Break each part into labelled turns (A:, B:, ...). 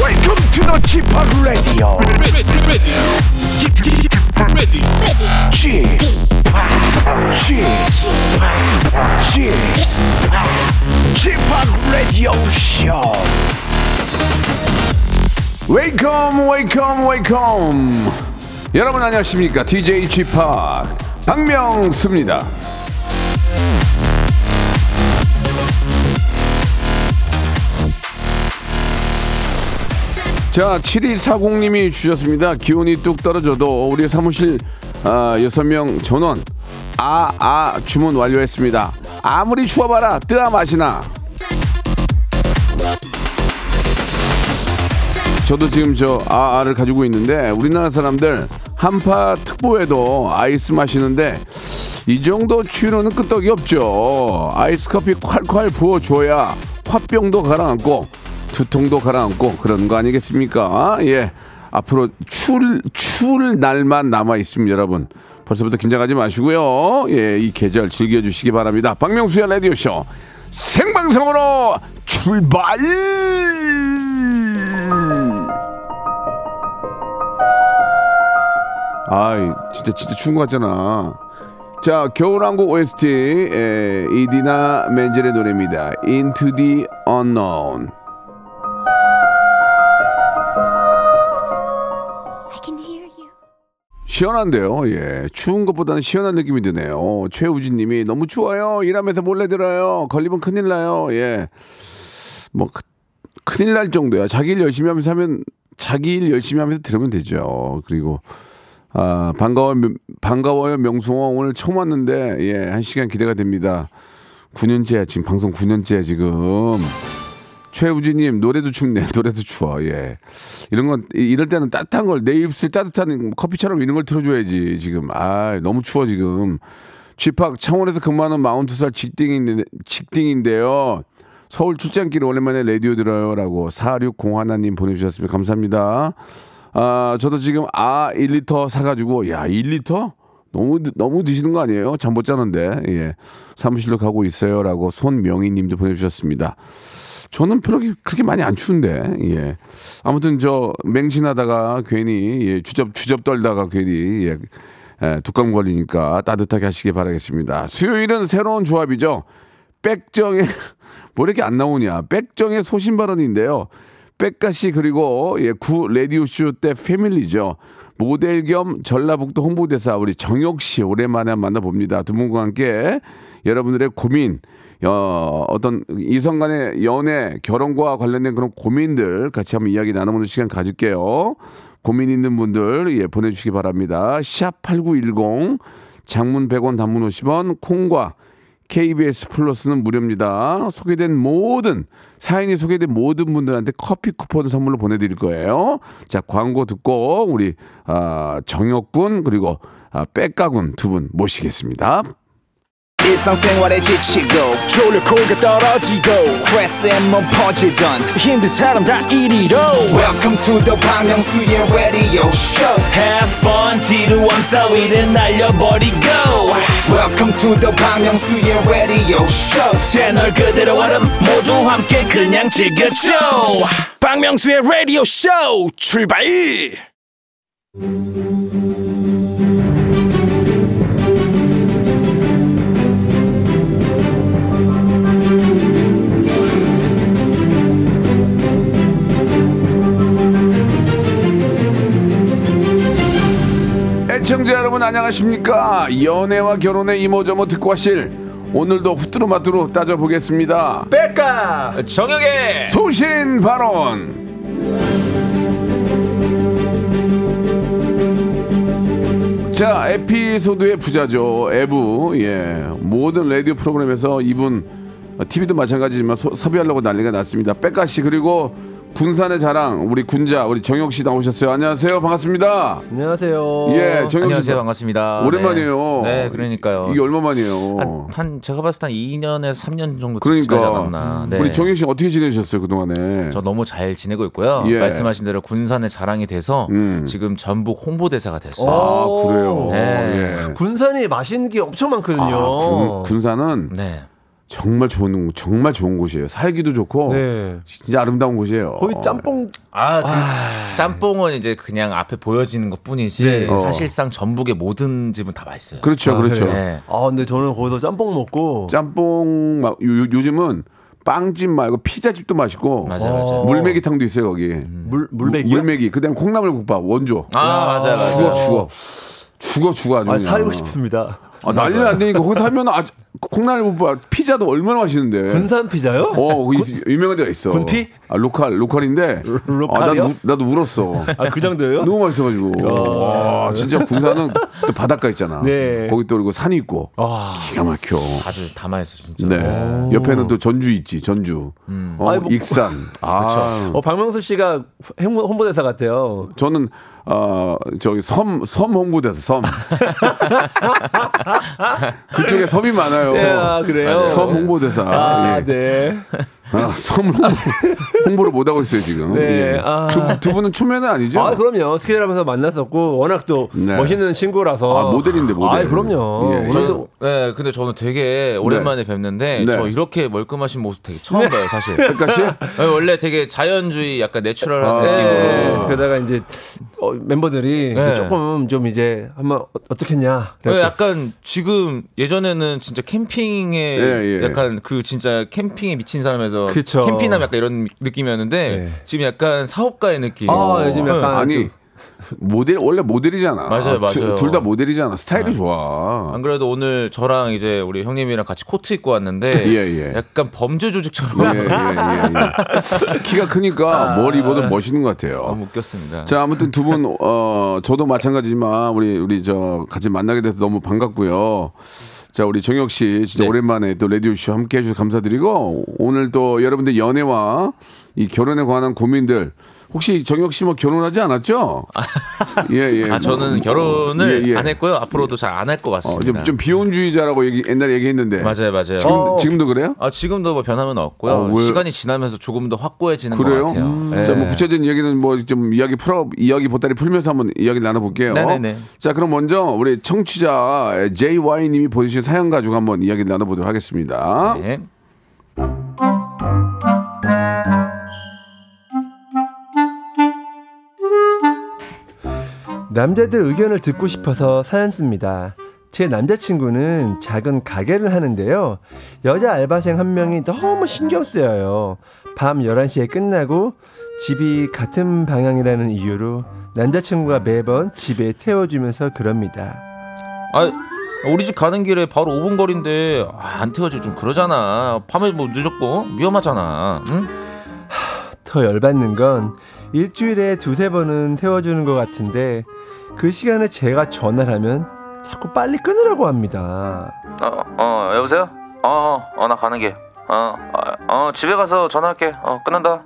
A: Welcome to the g p o p Radio.
B: ready, ready, ready,
A: g p o p g p o p g p o p Radio Show. Welcome, welcome, welcome. 여러분 안녕하십니까? DJ g p o p 박명수입니다. 자, 7240님이 주셨습니다. 기온이 뚝 떨어져도 우리 사무실 아, 6명 전원 아, 아 주문 완료했습니다. 아무리 추워봐라 뜨아 맛이나. 저도 지금 저 아아를 가지고 있는데 우리나라 사람들 한파 특보에도 아이스 마시는데 이 정도 추위로는 끄떡이 없죠. 아이스 커피 콸콸 부어줘야 화병도 가라앉고 두통도 가라앉고 그런 거 아니겠습니까? 예. 앞으로 추울, 추울 날만 남아 있습니다, 여러분. 벌써부터 긴장하지 마시고요. 예, 이 계절 즐겨주시기 바랍니다. 박명수의 라디오쇼 생방송으로 출발! 아이, 진짜, 진짜 추운 것 같잖아. 자, 겨울왕국 OST, 에, 이디나 멘젤의 노래입니다. Into the Unknown.
C: I can hear you.
A: 시원한데요. 예. 추운 것보다는 시원한 느낌이 드네요. 최우진 님이 너무 추워요. 일하면서 몰래 들어요. 걸리면 큰일 나요. 예. 뭐 크- 큰일 날 정도야. 자기 일 열심히 하면서 하면 자기 일 열심히 하면서 들으면 되죠. 그리고 아, 반가워 명- 반가워요 명수호 오늘 처음 왔는데 예, 한 시간 기대가 됩니다. 9년째야 지금 방송 9년째야 지금. 최우진님 노래도 춥네 노래도 추워 예 이런 건 이- 이럴 때는 따뜻한 걸 내 입술 따뜻한 커피처럼 이런 걸 틀어줘야지 지금 아 너무 추워 지금 집합 창원에서 근무하는 42살 직딩인데 직딩인데요 서울 출장길 오랜만에 라디오 들어요라고 4601님 보내주셨습니다 감사합니다 아 저도 지금 아 1리터 사가지고 야 1리터 너무 드- 너무 드시는 거 아니에요 잠 못 자는데 예 사무실로 가고 있어요라고 손명희님도 보내주셨습니다. 저는 그렇게 그렇게 많이 안 추운데 예 아무튼 저 맹신하다가 괜히 예, 주접 주접 떨다가 괜히 예, 예, 독감 걸리니까 따뜻하게 하시기 바라겠습니다 수요일은 새로운 조합이죠 백정의 뭐 이렇게 안 나오냐 백정의 소신 발언인데요 백가씨 그리고 예, 구 라디오쇼 때 패밀리죠 모델 겸 전라북도 홍보대사 우리 정혁 씨 오랜만에 만나봅니다. 두 분과 함께 여러분들의 고민, 어, 어떤 이성 간의 연애, 결혼과 관련된 그런 고민들 같이 한번 이야기 나눠보는 시간 가질게요. 고민 있는 분들 예, 보내주시기 바랍니다. 샵8910 장문 100원 단문 50원 콩과 KBS 플러스는 무료입니다. 소개된 모든 사연이 소개된 모든 분들한테 커피 쿠폰 선물로 보내드릴 거예요. 자 광고 듣고 우리 아, 정혁군 그리고 아, 백가군 두 분 모시겠습니다.
D: 일상생활에 지치고, 졸려 코가 떨어지고, 스트레스에 몸 퍼지던, 힘든 사람 다 이리로. welcome to the Bang Myung-soo's radio show
E: Have fun 지루함 따위를 날려버리고
D: welcome to the Bang Myung-soo's radio show
E: 채널 그대로 얼음 모두 함께 그냥 즐겨줘
D: 박명수의 radio show 출발
A: 애청자 여러분 안녕하십니까? 연애와 결혼의 이모저모 듣고 하실 오늘도 후뚜루마뚜루 따져보겠습니다.
E: 정혁의
A: 소신 발언. 자 에피소드의 부자죠 에부 예 모든 라디오 프로그램에서 이분 TV도 마찬가지지만 소- 섭외하려고 난리가 났습니다 백가 씨 그리고 군산의 자랑 우리 군자 우리 정혁 씨 나오셨어요 안녕하세요 반갑습니다
F: 안녕하세요.
A: 예 정혁 씨
G: 안녕하세요 반갑습니다.
A: 오랜만이에요
G: 네, 네, 그러니까요. 아,
A: 이게 얼마만이에요 어.
G: 한, 한 제가 봤을 때 한 2년에서 3년 정도 지나지
A: 그러니까
G: 않았나. 네.
A: 우리 정혁 씨 어떻게 지내셨어요 그 동안에
G: 저 너무 잘 지내고 있고요.
A: 예. 음.
G: 말씀하신 대로 군산의 자랑이 돼서 지금 전북 홍보대사가 됐어요.
A: 아 그래요
G: 네.
A: 예. 아,
F: 군산이 맛있는 게 엄청 많거든요.
A: 군, 군산은
G: 네.
A: 정말 좋은 정말 좋은 곳이에요. 살기도 좋고
C: 네.
A: 진짜 아름다운 곳이에요.
C: 거의 짬뽕
G: 아, 그 짬뽕은 이제 그냥 앞에 보여지는 것 뿐이지
A: 어.
G: 사실상 전북의 모든 집은 다 맛있어요.
A: 그렇죠,
C: 아,
A: 그렇죠.
G: 네.
C: 아 근데 저는 거기서 짬뽕 먹고
A: 짬뽕 막 요, 요- 요즘은 빵집 말고 피자집도 맛있고 어.
G: 맞아요, 맞아요.
A: 물메기탕도 있어요 거기.
C: 물 물맥이
A: 물메기 그다음 콩나물 국밥 원조.
G: 아, 맞아요, 맞아요.
A: 죽어 죽어 죽어 죽어 아주
C: 아
A: 그냥.
C: 살고 싶습니다.
A: 아, 난리는 안 되니까 거기 살면 아 콩나물 국밥 피자도 얼마나 맛있는데.
C: 군산
A: 네.
C: 피자요?
A: 어, 거기 있- 유명한 데가 있어.
C: 군피?
A: 아, 로컬, 로컬인데. 아,
C: 로컬이요?
A: 나도, 우- 나도 울었어.
C: 아 그 정도예요?
A: 너무 맛있어가지고. 와, 진짜 군산은 또 바닷가 있잖아.
C: 네.
A: 거기 또 그리고 산이 있고.
C: 아.
A: 기가 막혀.
G: 아주 담아있어 진짜.
A: 네. 옆에는 또 전주 있지, 전주. 어,
C: 아이, 뭐-
A: 익산. 아.
C: 어 박명수 씨가 행보- 홍보대사 같아요.
A: 저는 어 저기 섬, 섬 홍보대사 섬 그쪽에 섬이 많아요.
C: 네, 아, 그래요?
A: 섬 홍보대사.
C: 아
A: 예.
C: 네.
A: 아, 섬 홍보, 홍보를 못 하고 있어요 지금.
C: 네,
A: 예.
C: 아.
A: 두, 두 분은 초면은 아니죠?
C: 아 그럼요 스케일하면서 만났었고 워낙 또
A: 네.
C: 멋있는 친구라서
A: 아, 모델인데, 모델.
C: 아 그럼요.
A: 예, 예.
C: 오늘도
G: 네, 근데 저는 되게 오랜만에 뵙는데
A: 네.
G: 저 이렇게 멀끔하신 모습 되게 처음 봐요, 사실. 네,
A: 백가 씨?
G: 원래 되게 자연주의 약간 내추럴한
A: 아.
G: 느낌으로
C: 네, 그러다가 이제 어, 멤버들이
G: 네.
C: 조금 좀 이제 한번 어, 어떻겠냐.
G: 왜 약간 지금 예전에는 진짜 캠핑에
A: 예, 예.
G: 약간 그 진짜 캠핑에 미친 사람에서
C: 그쵸.
G: 캠핑남 약간 이런 느낌이었는데
C: 예.
G: 지금 약간 사업가의 느낌. 어,
C: 아, 요즘 약간 아,
A: 아니 모델 원래 모델이잖아.
G: 맞아요, 맞아요.
A: 둘 다 모델이잖아. 스타일이 좋아.
G: 안 그래도 오늘 저랑 이제 우리 형님이랑 같이 코트 입고 왔는데
A: 예, 예.
G: 약간 범죄 조직처럼
A: 예예예. 키가 크니까 뭘 입어도 멋있는 것 같아요.
G: 너무 웃겼습니다.
A: 자 아무튼 두 분 어, 저도 마찬가지지만 우리 우리 저 같이 만나게 돼서 너무 반갑고요. 자 우리 정혁 씨 진짜
G: 네.
A: 오랜만에 또 라디오 쇼 함께 해주셔서 감사드리고 오늘 또 여러분들 연애와 이 결혼에 관한 고민들 혹시 정혁 씨 뭐 결혼하지 않았죠? 예예.
G: 아 저는 결혼을
A: 예, 예.
G: 안 했고요. 앞으로도 잘 안 할 것
A: 어,
G: 같습니다.
A: 좀, 좀 비혼주의자라고 얘기 옛날 에 얘기했는데
G: 맞아요, 맞아요.
A: 지금, 지금도 그래요?
G: 아 지금도 뭐 변함은 없고요.
A: 어, 왜?
G: 시간이 지나면서 조금 더 확고해지는
A: 그래요?
G: 것 같아요. 예.
A: 자, 뭐 구체적인 이야기는 뭐 좀 이야기 풀어 이야기 보따리 풀면서 한번 이야기 나눠볼게요.
G: 네네네.
A: 자, 그럼 먼저 우리 청취자 JY님이 보내주신 사연 가지고 한번 이야기 나눠보도록 하겠습니다.
G: 네.
C: 남자들 의견을 듣고 싶어서 사연 씁니다. 제 남자친구는 작은 가게를 하는데요. 여자 알바생 한 명이 너무 신경 쓰여요. 밤 11시에 끝나고 집이 같은 방향이라는 이유로 남자친구가 매번 집에 태워주면서 그럽니다.
G: 아 우리 집 가는 길에 바로 5분 거리인데 아, 안 태워줘 좀 그러잖아. 밤에 뭐 늦었고 위험하잖아. 응?
C: 더 열받는 건 일주일에 두세 번은 태워주는 것 같은데 그 시간에 제가 전화를 하면 자꾸 빨리 끊으라고 합니다.
G: 어, 어 여보세요? 어, 어, 나 가는 길. 어, 어, 집에 가서 전화할게. 어, 끊는다.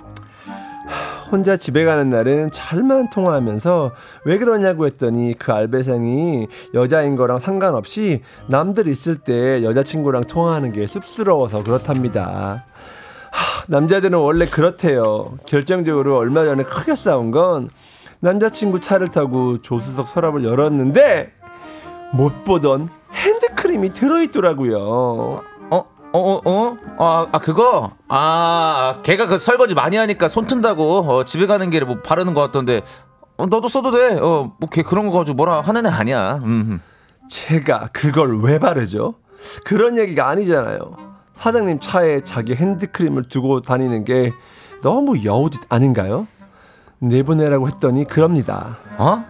C: 혼자 집에 가는 날은 잘만 통화하면서 왜 그러냐고 했더니 그 알바생이 여자인 거랑 상관없이 남들 있을 때 여자친구랑 통화하는 게 쑥스러워서 그렇답니다. 하, 남자들은 원래 그렇대요. 결정적으로 얼마 전에 크게 싸운 건 남자친구 차를 타고 조수석 서랍을 열었는데 못 보던 핸드크림이 들어있더라고요.
G: 어, 어, 어, 어? 아, 아 그거? 아, 걔가 그 설거지 많이 하니까 손 튼다고 어, 집에 가는 길에 뭐 바르는 것 같던데. 어, 너도 써도 돼. 어, 뭐 걔 그런 거 가지고 뭐라 하는 애 아니야. 음.
C: 제가 그걸 왜 바르죠? 그런 얘기가 아니잖아요. 사장님 차에 자기 핸드크림을 두고 다니는 게 너무 여우짓 아닌가요? 내보내라고 했더니 그럽니다.
G: 어?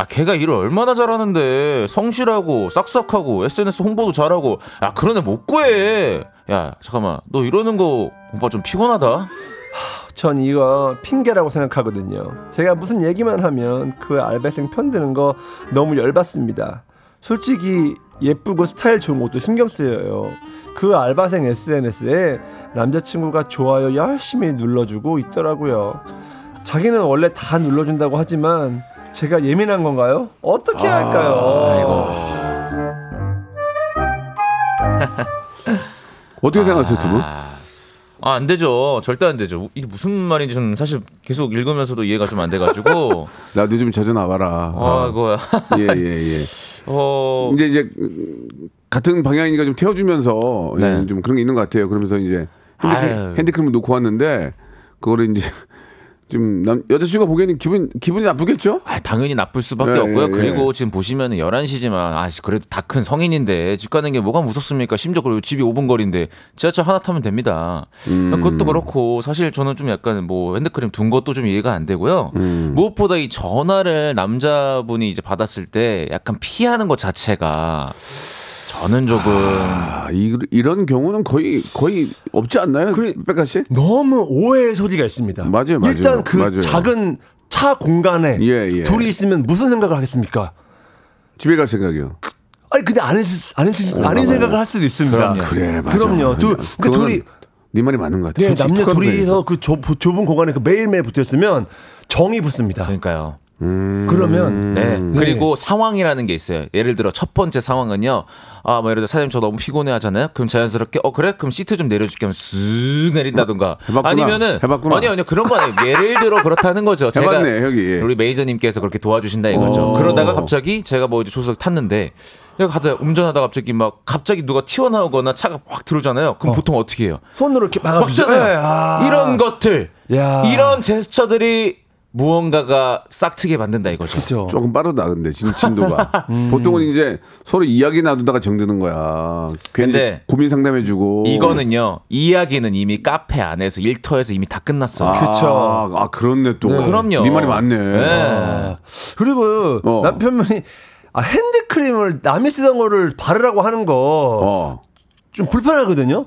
G: 아, 걔가 일을 얼마나 잘하는데 성실하고 싹싹하고 SNS 홍보도 잘하고 아 그런 애 못 구해. 야, 잠깐만. 너 이러는 거 오빠 좀 피곤하다.
C: 전 이거 핑계라고 생각하거든요. 제가 무슨 얘기만 하면 그 알바생 편드는 거 너무 열받습니다. 솔직히 예쁘고 스타일 좋은 것도 신경 쓰여요. 그 알바생 SNS에 남자친구가 좋아요 열심히 눌러주고 있더라고요. 자기는 원래 다 눌러준다고 하지만 제가 예민한 건가요? 어떻게
A: 아,
C: 할까요?
A: 어떻게 생각하세요, 두 분?
G: 아, 안 되죠. 절대 안 되죠. 이게 무슨 말인지 저는 사실 계속 읽으면서도 이해가 좀 안 돼가지고.
A: 나도 좀 자주 나와라. 어.
G: 아, 이거.
A: 예, 예, 예.
G: 어,
A: 이제 이제 음, 같은 방향이니까 좀 태워주면서 예,
G: 네.
A: 좀 그런 게 있는 것 같아요. 그러면서 이제
G: 아유.
A: 핸드크림, 핸드크림을 놓고 왔는데 그거를 이제 좀 남, 여자친구가 보기에는 기분 기분이 나쁘겠죠?
G: 아, 당연히 나쁠 수밖에
A: 예,
G: 없고요.
A: 예,
G: 그리고 지금 보시면 11시지만, 아, 씨, 그래도 다 큰 성인인데, 집 가는 게 뭐가 무섭습니까? 심지어 그리고 집이 5분 거리인데, 지하철 하나 타면 됩니다.
A: 음.
G: 그것도 그렇고, 사실 저는 좀 약간 뭐, 핸드크림 둔 것도 좀 이해가 안 되고요.
A: 음.
G: 무엇보다 이 전화를 남자분이 이제 받았을 때, 약간 피하는 것 자체가, 저는 조금,
A: 아, 이, 이런 경우는 거의 거의 없지 않나요?
C: 그래-
A: 백가 씨?
C: 너무 오해의 소지가 있습니다.
A: 맞아요, 맞아요.
C: 일단 그
A: 맞아요.
C: 작은 차 공간에
A: 예, 예.
C: 둘이 있으면 무슨 생각을 하겠습니까?
A: 집에 갈 생각이요.
C: 아니 근데 안 했을 안 했을 안
A: 맞아요.
C: 했을 생각을 할 수도 있습니다.
G: 그럼요.
A: 그래, 맞아.
C: 그럼요. 둘
A: 그냥
C: 그
A: 그거는
C: 둘이
A: 네 말이 맞는 것 같아.
C: 네,
A: 솔직히
C: 남녀
A: 툭하고
C: 둘이서
A: 얘기해서.
C: 그 좁, 좁은 공간에 그 매일매일 붙었으면 정이 붙습니다.
G: 그러니까요.
A: 음.
C: 그러면
G: 네.
C: 네.
G: 그리고 상황이라는 게 있어요. 예를 들어 첫 번째 상황은요. 아, 뭐 예를 들어 사장님 저 너무 피곤해 하잖아요. 그럼 자연스럽게 어 그래? 그럼 시트 좀 내려줄게 하면 쓱 내린다던가.
A: 해봤구나.
G: 아니면은
A: 해봤구나.
G: 아니요, 아니요. 그런 거 아니에요. 예를 들어 그렇다는 거죠. 제가
A: 해봤네, 여기. 예.
G: 우리 매니저님께서 그렇게 도와주신다
A: 오.
G: 이거죠. 그러다가 갑자기 제가 뭐 이제 조수석 탔는데 내가 가다 운전하다 갑자기 막 갑자기 누가 튀어나오거나 차가 확 들어오잖아요. 그럼 보통 어떻게 해요?
C: 손으로 이렇게 막아주죠.
G: 막잖아요.
C: 예, 아.
G: 이런 것들,
C: 야.
G: 이런 제스처들이 무언가가 싹트게 만든다 이거죠.
C: 그렇죠.
A: 조금 빠르다 근데 진, 진도가 음. 보통은 이제 서로 이야기 나누다가 정드는 거야 괜히
G: 근데
A: 고민 상담해주고
G: 이거는요 이야기는 이미 카페 안에서 일터에서 이미 다 끝났어요.
A: 아,
C: 그쵸.
A: 아 그렇네 또
G: 그럼요.
A: 네 말이 맞네 아.
G: 네.
C: 그리고
A: 어.
C: 남편분이 아, 핸드크림을 남이 쓰던 거를 바르라고 하는 거
A: 어
C: 좀 불편하거든요.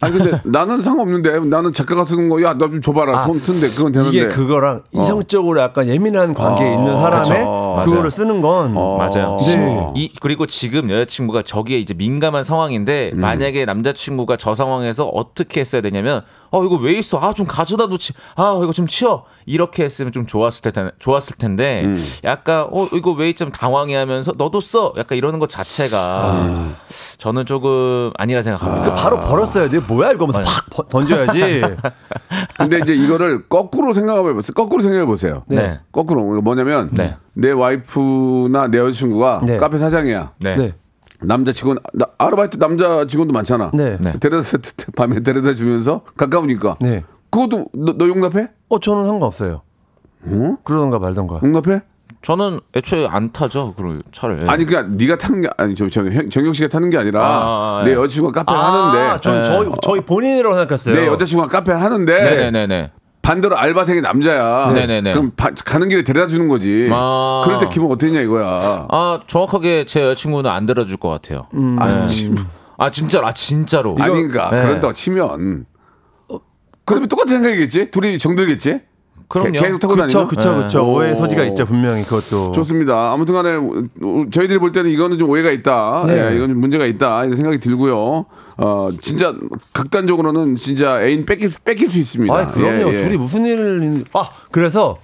A: 아니 근데 나는 상관없는데 나는 작가가 쓰는 거 야 나 좀 줘봐라
C: 아,
A: 손 쓴데 그건 되는데
C: 이게 그거랑
A: 네, 어.
C: 이성적으로 약간 예민한 관계에 있는 사람의
A: 그쵸.
C: 그거를
G: 맞아요. 어.
C: 쓰는 건
G: 맞아요.
C: 네.
G: 이, 그리고 지금 여자친구가 저기에 이제 민감한 상황인데
A: 음.
G: 만약에 남자친구가 저 상황에서 어떻게 했어야 되냐면 어 이거 왜 있어? 아 좀 가져다 놓지. 아 이거 좀 치워. 이렇게 했으면 좀 좋았을 텐데 좋았을 텐데
A: 음.
G: 약간 어 이거 왜 있지? 좀 당황해하면서 너도 써. 약간 이러는 것 자체가
A: 아.
G: 저는 조금 아니라 생각합니다.
C: 바로 벌었어야 돼요. 뭐야 이거면서 팍 버- 던져야지.
A: 근데 이제 이거를 거꾸로 생각해보세요 거꾸로 생각해보세요
G: 네.
A: 거꾸로 뭐냐면
G: 네.
A: 내 와이프나 내 여자친구가
C: 네.
A: 카페 사장이야
G: 네.
C: 네.
A: 남자 직원 나- 아르바이트 남자 직원도 많잖아.
C: 네.
G: 네.
A: 데려다 밤에 데려다 주면서 가까우니까.
C: 네.
A: 그것도 너, 너 용납해?
C: 어 저는 상관없어요. 그러던가 말던가.
A: 용납해?
G: 저는 애초에 안 타죠. 그런 차를.
A: 아니 그냥 네가 타는 게 아니 저, 저 형- 정경 씨가 타는 게 아니라
G: 아, 아,
A: 내
G: 예.
A: 여자친구가 카페
C: 아,
A: 하는데
C: 저는 저희 저희 본인이라고 생각했어요.
A: 내 네. 여자친구가 카페 하는데
G: 네네네네.
A: 반대로 알바생이 남자야.
G: 네네네.
A: 그럼 바- 가는 길에 데려다 주는 거지.
G: 아.
A: 그럴 때 기분 어땠냐 이거야.
G: 아 정확하게 제 여자친구는 안 들어줄 것 같아요.
A: 아니,
G: 아 진짜로 아 진짜로.
A: 아닌가 그러니까
G: 네.
A: 그런다 치면 그러면 똑같은 생각이겠지. 둘이 정들겠지.
G: 그럼요.
A: 계속 타고
C: 그쵸
A: 다니는.
C: 그쵸 그쵸
A: 네.
C: 오해
A: 오.
C: 소지가 있죠 분명히 그것도.
A: 좋습니다. 아무튼간에 우- 저희들이 볼 때는 이거는 좀 오해가 있다.
C: 네.
A: 예, 이건 좀 문제가 있다 이런 생각이 들고요. 어 진짜 극단적으로는 진짜 애인 뺏길 뺏길 수 있습니다.
C: 아 그럼요.
A: 예, 예.
C: 둘이 무슨 일을 있는- 아 그래서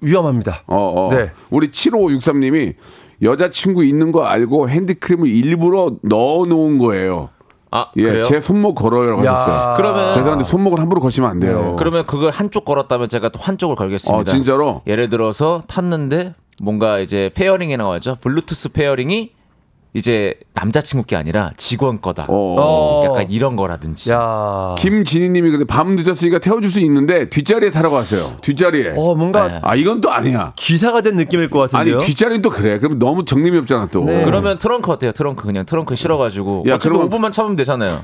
C: 위험합니다.
A: 어, 어.
C: 네.
A: 우리 7563님이 여자친구 있는 거 알고 핸드크림을 일부러 넣어 놓은 거예요.
G: 아
A: 예,
G: 그래요?
A: 제 손목 걸어요라고
C: 야. 네.
A: 하셨어요.
G: 그러면
A: 죄송한데 손목을 함부로 거시면 안 돼요.
G: 그러면 그걸 한쪽 걸었다면 제가 또 한쪽을 걸겠습니다.
A: 아, 진짜로?
G: 예를 들어서 탔는데 뭔가 이제 페어링이 나와죠. 블루투스 페어링이 이제 남자친구 게 아니라 직원 거다.
A: 어.
G: 약간 이런 거라든지.
C: 야. 어,
A: 김진희님이 근데 밤 늦었으니까 태워줄 수 있는데 뒷자리에 타라고 하세요. 뒷자리에.
C: 어 뭔가
G: 네.
A: 아 이건 또 아니야.
C: 기사가 된 느낌일 것 같은데요. 네.
A: 아니 뒷자리는 또 그래. 그럼 너무 정림이 없잖아 또.
G: 그러면 트렁크 어때요? 트렁크 그냥 트렁크 실어가지고
A: 야,
G: 어차피
A: 그러면-
G: 5분만 참으면 되잖아요.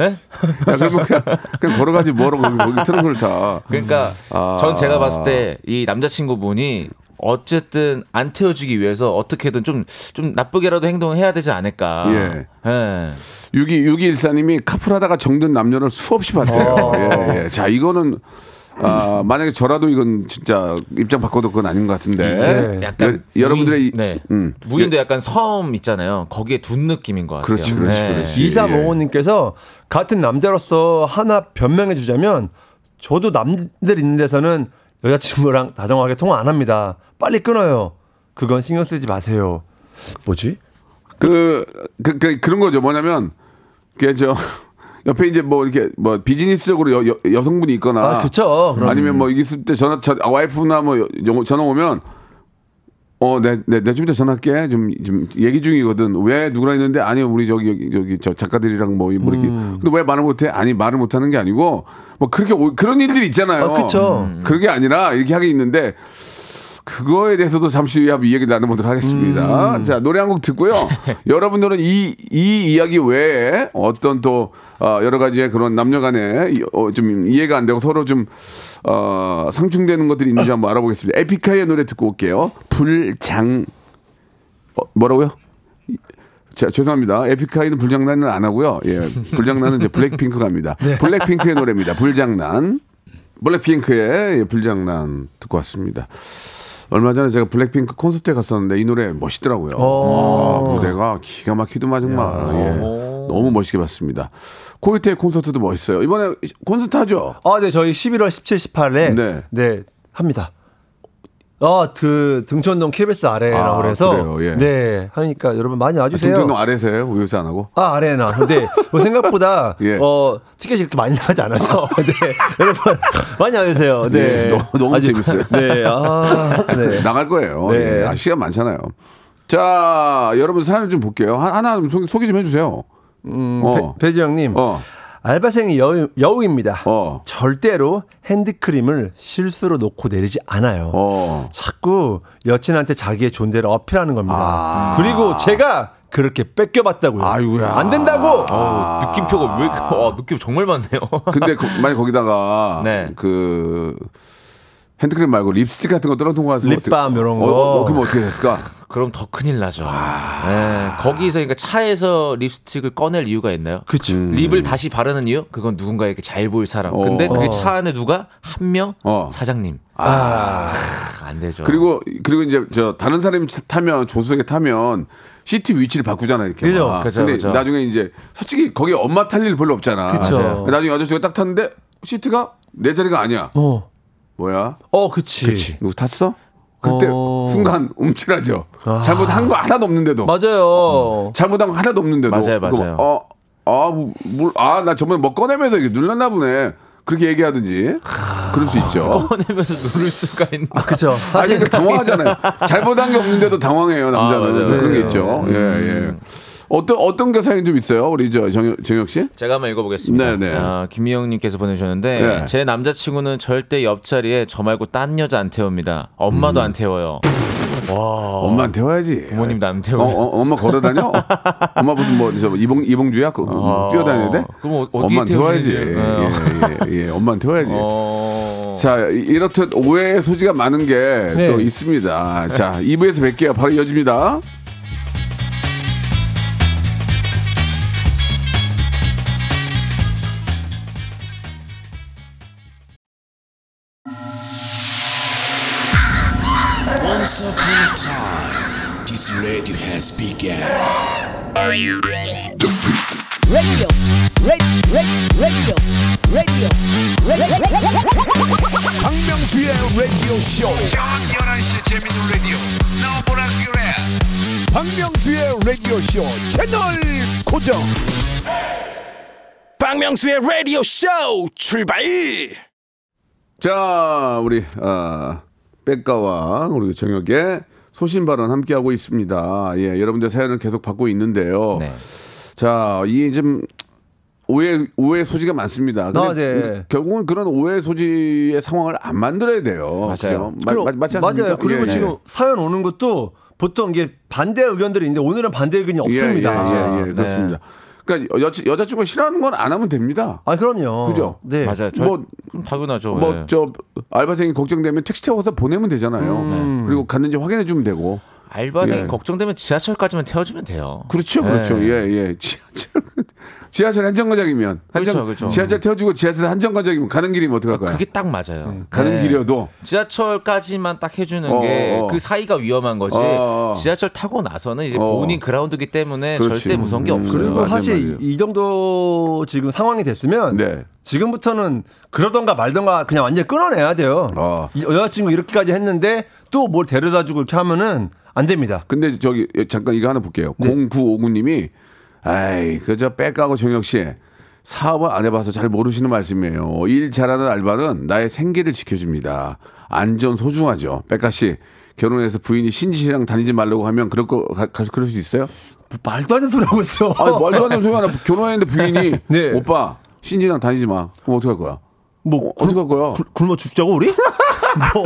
G: 예?
A: 야, 그러면 그냥, 그냥 걸어가지 뭐로 거기, 거기 트렁크를 타.
G: 그러니까
A: 음. 아.
G: 전 제가 봤을 때 이 남자친구분이 어쨌든 안 태워주기 위해서 어떻게든 좀 좀 나쁘게라도 행동을 해야 되지 않을까.
A: 예.
G: 예.
A: 6기 6214님이 카풀하다가 정든 남녀를 수없이
C: 어.
A: 봤대요. 예, 예. 자 이거는 아, 만약에 저라도 이건 진짜 입장 바꿔도 그건 아닌 것 같은데.
C: 네.
G: 약간
A: 여, 러분들의
G: 무인, 네.
A: 음.
G: 무인도 약간 섬 있잖아요. 거기에 둔 느낌인 것 같아요.
A: 그렇지, 그렇지,
G: 네.
A: 그렇지.
C: 이사모호님께서 같은 남자로서 하나 변명해 주자면 저도 남들 있는 데서는 여자친구랑 다정하게 통화 안 합니다. 빨리 끊어요. 그건 신경 쓰지 마세요. 뭐지?
A: 그, 그, 그 그런 거죠. 뭐냐면 그저 옆에 이제 뭐 이렇게 뭐 비즈니스적으로 여, 여, 성분이 있거나
C: 아, 그쵸. 그럼.
A: 아니면 뭐 이게 있을 때 전화 전- 아, 와이프나 뭐 여- 전화 오면 어, 내, 내, 내좀 이따 전화할게. 좀, 좀 얘기 중이거든. 왜 누구랑 있는데? 아니, 우리 저기, 여기, 저기, 저 작가들이랑 뭐, 뭐 이렇게.
C: 음.
A: 근데 왜 말을 못해? 아니, 말을 못하는 게 아니고, 뭐, 그렇게, 오- 그런 일들이 있잖아요.
C: 아, 그쵸.
A: 그런 게 아니라, 이렇게 하게 있는데, 그거에 대해서도 잠시 후에 한번 이야기 나눠보도록 하겠습니다. 자, 노래 한 곡 듣고요. 여러분들은 이, 이 이야기 외에 어떤 또, 어, 여러 가지의 그런 남녀 간에 이- 어, 좀 이해가 안 되고 서로 좀, 어, 상충되는 것들이 있는지 한번 알아보겠습니다. 에픽하이의 노래 듣고 올게요. 불장, 어, 뭐라고요? 자, 죄송합니다. 에픽하이는 불장난은 안 하고요. 예, 불장난은 이제 블랙핑크 갑니다. 블랙핑크의 노래입니다. 불장난. 블랙핑크의 예, 불장난 듣고 왔습니다. 얼마 전에 제가 블랙핑크 콘서트에 갔었는데 이 노래 멋있더라고요.
C: 어.
A: 아, 무대가 기가 막히더만 정말. 예. 너무 멋있게 봤습니다. 코요태의 콘서트도 멋있어요. 이번에 콘서트 하죠?
C: 아, 네, 저희 11월 17, 18일에
A: 네.
C: 네, 합니다. 어, 그 등촌동 KBS
A: 아,
C: 아래라고 그래서
A: 그래요, 예.
C: 네 하니까 여러분 많이 와주세요.
A: 등등동 아래세요? 우유세 안 하고?
C: 아, 아레나. 근데 뭐 생각보다
A: 예.
C: 어, 티켓이 그렇게 많이 나가지 않아서 네. 여러분 많이 와주세요. 네.
A: 예, 너무- 너무 재밌어요.
C: 네. 아, 네.
A: 나갈 거예요.
C: 네.
A: 예, 아, 시간 많잖아요. 자, 여러분 사연을 좀 볼게요. 하- 하나 좀 소개, 소개 좀 해주세요. 어.
C: 음, 배, 배지영 님.
A: 어.
C: 알바생이 여우, 여우입니다.
A: 어.
C: 절대로 핸드크림을 실수로 놓고 내리지 않아요.
A: 어.
C: 자꾸 여친한테 자기의 존재를 어필하는 겁니다.
A: 아.
C: 그리고 제가 그렇게 뺏겨봤다고요.
A: 아이고야.
C: 안 된다고.
A: 아.
G: 어, 느낌표가 왜 이렇게 와, 느낌 정말 많네요.
A: 근데 거- 만약 거기다가
G: 네.
A: 그 핸드크림 말고 립스틱 같은 거 떨어뜨린 거 같은
C: 립밤 이런 거.
A: 어, 어, 어, 그럼 어떻게 됐을까?
G: 그럼 더 큰일 나죠. 예,
A: 아.
G: 거기서 그러니까 차에서 립스틱을 꺼낼 이유가 있나요?
C: 그치.
A: 음.
G: 립을 다시 바르는 이유? 그건 누군가에게 잘 보일 사람.
A: 어.
G: 근데 그게 차 안에 누가 한 명?
A: 어.
G: 사장님. 크, 안 되죠.
A: 그리고 그리고 이제 저 다른 사람이 차- 타면 조수석에 타면 시트 위치를 바꾸잖아 이렇게.
C: 그죠.
A: 막.
G: 그죠,
A: 근데
G: 그죠.
A: 나중에 이제 솔직히 거기 엄마 탈 일 별로 없잖아. 그러니까
C: 그쵸. 맞아요.
A: 나중에 아저씨가 딱 탔는데 시트가 내 자리가 아니야.
C: 어.
A: 뭐야?
C: 어, 그치.
A: 누구 탔어? 그때
C: 어. 아.
A: 순간 움찔하죠. 잘못한 거 하나도 없는데도.
C: 맞아요.
A: 잘못한 거 하나도 없는데도.
G: 맞아요,
A: 그거
G: 맞아요.
A: 어, 아, 뭐, 뭘, 아, 나 저번에 뭐 꺼내면서 이게 눌렀나 보네. 그렇게 얘기하든지. 그럴 수
C: 아,
A: 있죠.
G: 꺼내면서 누를 수가 있나?
C: 그쵸.
A: 아니,
C: 사실
A: 그 당황하잖아요. 잘못한 게 없는데도 당황해요, 남자는.
G: 맞아요. 음.
A: 그런 게
C: 네.
A: 있죠. 예, 예. 어떤, 어떤 게 사연 좀 있어요? 우리 저 정혁, 정혁 씨?
G: 제가 한번 읽어보겠습니다.
A: 네네.
G: 아, 김희영님께서 보내주셨는데
A: 네.
G: 제 남자친구는 절대 옆자리에 저 말고 딴 여자 안 태웁니다.
A: 음.
G: 엄마도 안 태워요. 어.
A: 엄마한테 와야지.
G: 부모님도 안
A: 어,
G: 태워요.
A: 어, 엄마 걸어다녀? 엄마 무슨 뭐, 저 이봉, 이봉주야? 그,
G: 어.
A: 뛰어다녀야 돼?
G: 그럼 어- 어디
A: 엄마한테 와야지.
G: 태우시는지.
A: 예, 예, 예. 엄마한테 와야지.
G: 어.
A: 자, 이- 이렇듯 오해의 소지가 많은 게 또
C: 네.
A: 있습니다. 자, 2부에서 뵐게요. 바로 이어집니다.
B: Once upon a time, this radio has begun.
E: 박명수의 라디오 쇼 출발
A: 자, 우리, 아, 백가와 우리 정혁의 소신 발언 함께하고 있습니다. 예, 여러분들 사연을 계속 받고 있는데요.
G: 네.
A: 자, 이게 좀 오해 오해 소지가 많습니다. 근데
C: 아, 네.
A: 결국은 그런 오해 소지의 상황을 안 만들어야 돼요.
G: 맞아요.
A: 마, 마, 맞지 않습니까?
C: 맞아요. 그리고
A: 예, 예.
C: 지금 사연 오는 것도 보통 이게 반대 의견들이 있는데 오늘은 반대 의견이
A: 예,
C: 없습니다. 네.
A: 예, 예, 예, 그렇습니다. 그러니까 여, 여자친구가 싫어하는 건 안 하면 됩니다.
C: 아, 그럼요.
A: 그죠?
C: 네.
G: 맞아요. 저,
A: 뭐-
G: 뭐 당연하죠. 예.
A: 뭐 저 알바생이 걱정되면 택시 태워서 보내면 되잖아요.
C: 음.
A: 그리고 갔는지 확인해 주면 되고.
G: 알바생이
A: 예.
G: 걱정되면 지하철까지만 태워주면 돼요.
A: 그렇죠,
G: 예.
A: 그렇죠. 예, 예. 지하철, 지하철 한정거장이면 한정,
G: 그렇죠, 그렇죠.
A: 지하철 태워주고 지하철 한정거장이면 가는 길이면 뭐 어떡할 거야?
G: 그게 딱 맞아요.
A: 가는
G: 네.
A: 길이어도
G: 지하철까지만 딱 해주는
A: 어,
G: 게
A: 어.
G: 그 사이가 위험한 거지.
A: 어, 어.
G: 지하철 타고 나서는 이제
A: 어.
G: 본인 그라운드기 때문에
A: 그렇지.
G: 절대 무서운 게
A: 음.
G: 없어요.
C: 그리고
A: 맞아요,
C: 사실
A: 맞아요.
C: 이 정도 지금 상황이 됐으면
A: 네.
C: 지금부터는 그러던가 말던가 그냥 완전히 끊어내야 돼요.
A: 어.
C: 이 여자친구 이렇게까지 했는데 또 뭘 데려다주고 이렇게 하면은 안 됩니다.
A: 근데 저기 예,
G: 네.
A: 잠깐 이거 하나 볼게요. 0959님이 아이 그저 백하고 그 정혁 씨 사업을 안 해봐서 잘 모르시는 말씀이에요. 일 잘하는 알바는 나의 생계를 지켜줍니다. 안전 소중하죠. 백가 씨 결혼해서 부인이 신지 씨랑 다니지 말라고 하면 그럴 거 가, 가- 그럴 수 있어요?
C: 뭐 말도 안 되는 소리하고 있어.
A: 아니 뭐, 말도 안 되는 소리 하나 결혼했는데 부인이
C: 네.
A: 오빠 신지랑 다니지 마. 그럼 어떡할 거야?
C: 뭐
A: 어, 어떻게 할 거야?
C: 굶- 굶어 죽자고 우리? 뭐,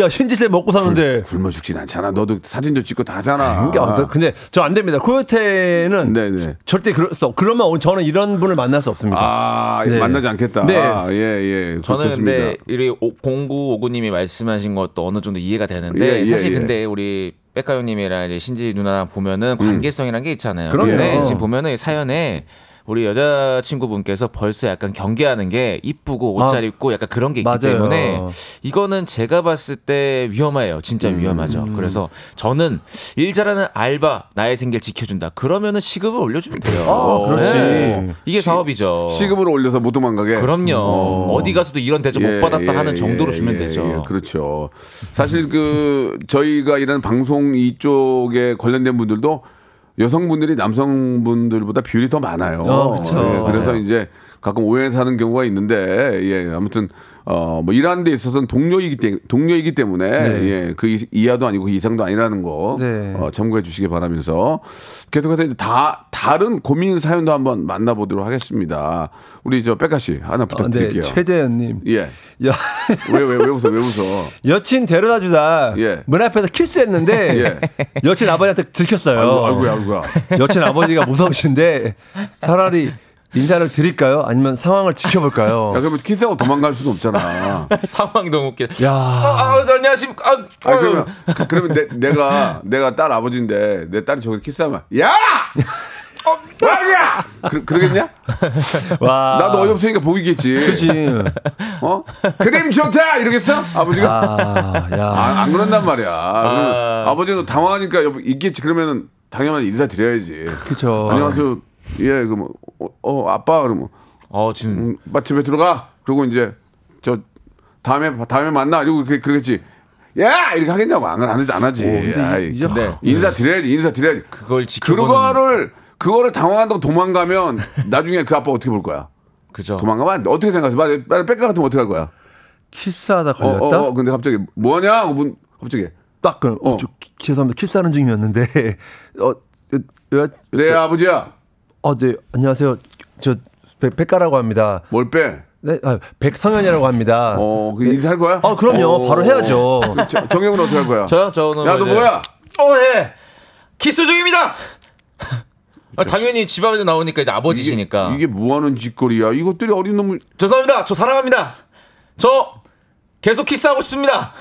C: 야 신지세 먹고 사는데.
A: 굶어 죽진 않잖아. 너도 사진도 찍고 다 하잖아.
C: 그러니까 네. 어떤- 근데 저 안 됩니다. 코요태는
A: 네네.
C: 절대 그럴 수 없. 그러면 오늘 저는 이런 분을 만날 수 없습니다.
A: 아,
C: 네.
A: 만나지 않겠다.
C: 네.
A: 아, 예, 예.
G: 음, 저는
A: 좋습니다.
G: 근데 우리 공구 오구님이 말씀하신 것도 어느 정도 이해가 되는데
A: 예, 예,
G: 사실
A: 예.
G: 근데 우리 백가요님이랑 이제 신지 누나랑 보면은 관계성이란 게
C: 음.
G: 있잖아요.
C: 그럼요.
G: 근데 지금 보면은 이 사연에 우리 여자친구분께서 벌써 약간 경계하는 게 이쁘고 옷 잘
C: 아,
G: 입고 약간 그런 게 있기
C: 맞아요.
G: 때문에 이거는 제가 봤을 때 위험해요. 진짜
C: 음.
G: 위험하죠. 그래서 저는 일 잘하는 알바 나의 생계를 지켜준다. 그러면은 시급을 올려주면 돼요. 네.
C: 아, 그렇지.
G: 이게 사업이죠.
A: 시급으로 올려서 못 도망가게.
G: 그럼요. 어디 가서도 이런 대접
A: 네. 예,
G: 못 받았다
A: 예,
G: 하는 정도로
A: 예,
G: 주면
A: 예,
G: 되죠.
A: 예, 그렇죠. 사실 그 저희가 일하는 방송 이쪽에 관련된 분들도 여성분들이 남성분들보다 비율이 더 많아요. 예,
C: 어, 그쵸.
A: 그래서
C: 맞아요.
A: 이제 가끔 오해 사는 경우가 있는데 예, 아무튼 어뭐 일하는 데 있어서는 동료이기 때 동료이기 때문에 예, 그 이- 이하도 아니고 그 이상도 아니라는 거
C: 네.
A: 어, 참고해 주시기 바라면서 계속해서 이제 다 다른 고민 사연도 한번 만나보도록 하겠습니다. 우리 저 백가 씨 하나
C: 아, 네,
A: 부탁드릴게요.
C: 최대현님.
A: 예.
C: 여,
A: 왜, 왜, 왜 웃어, 왜 웃어.
C: 여친 데려다 주다.
A: 예.
C: 문 앞에서 키스했는데 여친 아버지한테 들켰어요.
A: 아이고, 아이고야, 아이고야.
C: 여친 아버지가 무서우신데 차라리 인사를 드릴까요? 아니면 상황을
A: 야,
C: 지켜볼까요?
A: 그러면 키스하고 도망갈 수도 없잖아.
G: 상황이 너무 웃겨.
A: 그-
G: 아,
C: 야,
G: 아, 안녕하십니까. 아,
C: 어.
A: 아, 그러면, 그- 그러면 내, 내가, 내가 딸 아버지인데, 내 딸이 저기서 키스하면, 야! 어, 야! 그, 그러겠냐?
C: 와.
A: 나도 어이없으니까 보이겠지.
C: 아. 그치.
A: 어? 그림 좋다! 이러겠어? 아버지가?
C: 아, 야.
A: 아, 안 그런단 말이야. 아... 아버지도 당황하니까 여보, 있겠지. 그러면은, 당연한 인사 드려야지.
C: 그쵸.
A: 안녕하세요. 예, 그 뭐, 어, 어, 아빠, 그러면.
G: 어, 지금
A: 음, 맛집에 들어가. 그리고 이제 저 다음에 다음에 만나. 이러고 그렇게 그러겠지. 야 이렇게 하겠냐고 안, 안 하지 안 하지.
C: 근데 이-
A: 아이,
C: 이제
A: 근데
C: 하-
A: 인사 드려야지 인사 드려야지.
G: 그걸 지켜보는
A: 그거를 그거를 당황한다고 도망가면 나중에 그 아빠 어떻게 볼 거야?
G: 그죠.
A: 도망가면 어떻게 생각하세요? 만약- 만약 백가 같으면 어떻게 할 거야?
C: 키스하다
A: 어, 어,
C: 걸렸다?
A: 어, 근데 갑자기 뭐냐? 하고 문 갑자기
C: 딱 그럼 어.
A: 어.
C: 저 키- 죄송합니다 키스하는 중이었는데 어, 여,
A: 내 네, 아버지야
C: 어, 네 안녕하세요 저 백, 백가라고 합니다
A: 뭘 빼?
C: 네 아, 백성현이라고 합니다
A: 어, 그 인사할 거야?
C: 아 그럼요
A: 어,
C: 바로 해야죠
A: 그 저- 정혁은 어떻게 할 거야?
G: 저요? 저는
A: 야 너
G: 이제-
A: 뭐야?
G: 어, 예. 키스 중입니다. 아, 당연히 집 앞에 나오니까 이제 아버지시니까.
A: 이게 뭐하는 짓거리야? 이것들이 어린 놈을
G: 죄송합니다. 저 사랑합니다. 저 계속 키스하고 싶습니다.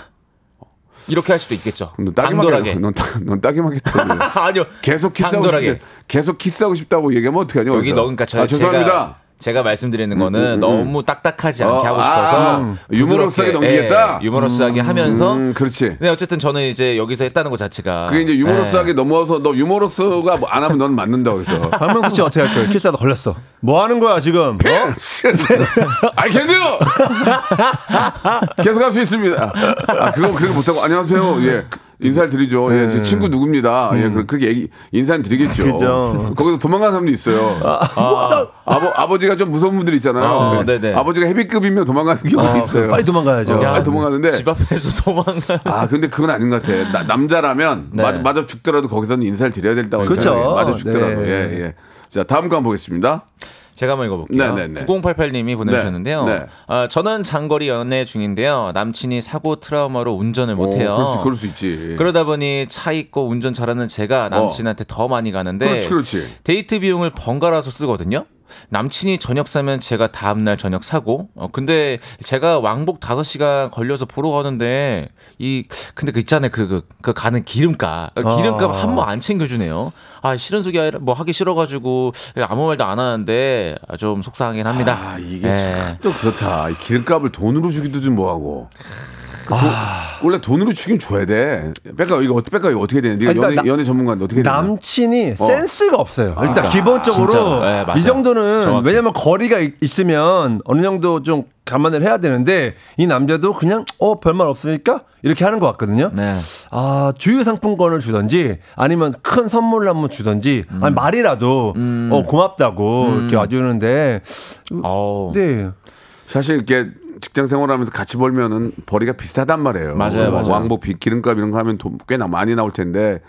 G: 이렇게 할 수도 있겠죠.
A: 넌
G: 당돌하게.
A: 따기만 넌, 따- 넌 따기만 했다.
G: 아니요.
A: 계속 키스하고
G: 당돌하게.
A: 싶다. 계속 키스하고 싶다고 얘기하면 어떡하냐?
G: 여기
A: 거기서.
G: 너그니까
A: 아, 죄송합니다. 음,
G: 제가 제가 말씀드리는 거는 너무 딱딱하지 않게
A: 어,
G: 하고
A: 아,
G: 싶어서
A: 아, 유머러스하게
G: 부드럽게,
A: 넘기겠다?
G: 예, 유머러스하게 하면서
A: 음, 그렇지.
G: 근데 어쨌든 저는 이제 여기서 했다는 것 자체가
A: 그게 이제
G: 네.
A: 유머러스하게 넘어와서 너 유머러스가 뭐안 하면 넌 맞는다 그래서.
C: 박명수 씨 어떻게 할 거예요 키스하다 걸렸어 뭐 하는 거야 지금 어?
A: I can do. 계속 할 수 있습니다. 아, 그거 그렇게 못하고 안녕하세요. 예. 인사를 드리죠. 예, 제 친구 누굽니다. 예, 그- 그렇게 얘기, 인사는 드리겠죠.
C: 네. 음. 그죠.
A: 거기서 도망가는 사람도 있어요. 아,
C: 뭐, 나-
A: 아버, 아버지가 좀 무서운 분들 있잖아요.
G: 어,
A: 네.
G: 네네.
A: 아버지가 헤비급이면 도망가는 경우가 있어요.
C: 아, 빨리 도망가야죠
A: 어,
G: 야,
A: 빨리 도망가는데.
G: 예, 집 앞에서 도망가
A: 아, 근데 그건 아닌 것 같아. 나- 남자라면
G: 네.
A: 마, 마저 죽더라도 거기서는 인사를 드려야 된다고.
C: 그쵸.
A: 생각해요. 마저 죽더라도.
C: 네.
A: 예, 예. 자, 다음 거 한번 보겠습니다.
G: 제가 한번 읽어볼게요.
A: 네네네.
G: 9088님이 보내주셨는데요.
A: 네, 네.
G: 아, 저는 장거리 연애 중인데요. 남친이 사고 트라우마로 운전을 못해요.
A: 어, 그럴, 수, 그럴 수 있지.
G: 그러다 보니 차 있고 운전 잘하는 제가 남친한테 더 많이 가는데
A: 어. 그렇지, 그렇지.
G: 데이트 비용을 번갈아서 쓰거든요. 남친이 저녁 사면 제가 다음날 저녁 사고 어, 근데 제가 왕복 5시간 걸려서 보러 가는데 이 근데 그 있잖아요. 그, 그, 그 가는 기름값. 그
A: 아.
G: 기름값 한 번 안 챙겨 주네요. 아, 싫은 속이 아니라 뭐 하기 싫어 가지고 아무 말도 안 하는데 좀 속상하긴 합니다.
A: 아, 이게
G: 예.
A: 참 또 그렇다. 이 기름값을 돈으로 주기도 좀 뭐하고. 원래 돈으로 주긴 줘야 돼. 백가 이거 어떻게 백가 이거 어떻게 되냐? 네가
C: 아, 일단
A: 연애,
C: 나-
A: 연애 전문가인데 어떻게 되냐?
C: 남친이 센스가 없어요. 일단
A: 아,
C: 기본적으로
G: 진짜. 네, 맞아요.
C: 이 정도는
G: 정확히.
C: 왜냐면 거리가 이- 있으면 어느 정도 좀 감안을 해야 되는데 이 남자도 그냥 어 별말 없으니까 이렇게 하는 것 같거든요.
G: 네.
C: 아 주유 상품권을 주던지 아니면 큰 선물을 한번 주던지
G: 음.
C: 아니 말이라도 어 고맙다고 이렇게 와주는데
A: 그
G: 어우.
C: 네
A: 사실 이렇게 직장 생활하면서 같이 벌면은 벌이가 비슷하단 말이에요. 뭐
G: 맞아요, 맞아요.
A: 왕복 비 기름값 이런 거 하면 돈 꽤나 많이 나올 텐데